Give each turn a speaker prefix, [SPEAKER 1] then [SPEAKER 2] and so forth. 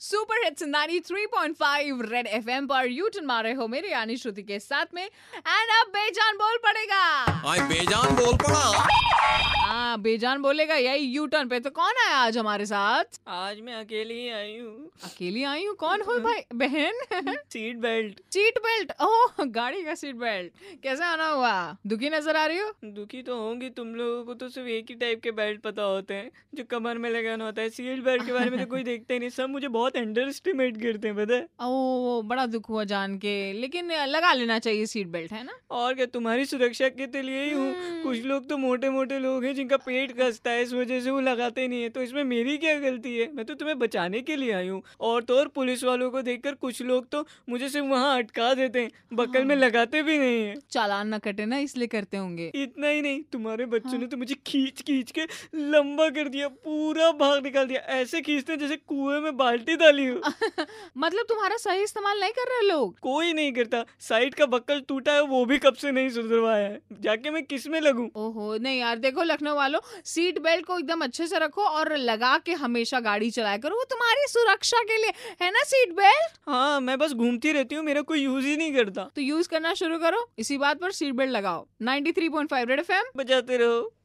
[SPEAKER 1] super hits 93.5 red FM पर U turn मारे हो मेरे यानी श्रुति के साथ में एंड अब बेजान बोल पड़ेगा
[SPEAKER 2] आई बेजान बोल पड़ा
[SPEAKER 1] हाँ बेजान बोलेगा यही यू टर्न पे तो कौन आया आज हमारे साथ
[SPEAKER 3] आज मैं अकेली ही आई हूँ
[SPEAKER 1] अकेली आई हूँ कौन हो भाई बहन
[SPEAKER 3] सीट बेल्ट
[SPEAKER 1] सीट बेल्ट ओह गाड़ी का सीट बेल्ट कैसे आना हुआ दुखी नजर आ रही हो
[SPEAKER 3] दुखी तो होंगी तुम लोगों को तो सिर्फ एक ही टाइप के बेल्ट पता होते हैं जो कमर में लगाना होता है सीट बेल्ट के बारे में तो कोई देखता ही नहीं सब मुझे बहुत अंडर एस्टिमेट करते हैं पता है
[SPEAKER 1] ओ बड़ा दुख हुआ जान के लेकिन लगा लेना चाहिए सीट बेल्ट है ना
[SPEAKER 3] और क्या तुम्हारी सुरक्षा के तो लिए ही हूँ कुछ लोग तो मोटे मोटे लोग हैं जिनका पेट कसता है इस वजह से वो लगाते नहीं है तो इसमें मेरी क्या गलती है मैं तो तुम्हें बचाने के लिए आई हूँ और तो और पुलिस वालों को देखकर कुछ लोग तो मुझे सिर्फ वहाँ अटका देते हैं बक्कल में लगाते भी नहीं है
[SPEAKER 1] चालान ना कटे ना इसलिए करते होंगे
[SPEAKER 3] इतना ही नहीं तुम्हारे बच्चों ने तो मुझे खींच खींच के लंबा कर दिया पूरा भाग निकाल दिया ऐसे खींचते हैं जैसे कुएं में बाल्टी डाली हो
[SPEAKER 1] मतलब तुम्हारा सही इस्तेमाल नहीं कर रहे लोग
[SPEAKER 3] कोई नहीं करता साइड का बक्कल टूटा है वो भी कब से नहीं सुधरवाया है जाके मैं किस में लगूं
[SPEAKER 1] ओहो नहीं यार देखो लखनऊ वालों सीट बेल्ट को एकदम अच्छे से रखो और लगा के हमेशा गाड़ी चलाया करो वो तुम्हारी सुरक्षा के लिए है ना सीट बेल्ट
[SPEAKER 3] हाँ मैं बस घूमती रहती हूँ मेरा कोई यूज ही नहीं करता
[SPEAKER 1] तो यूज करना शुरू करो इसी बात पर सीट बेल्ट लगाओ 93.5 रेड एफएम
[SPEAKER 3] बजाते रहो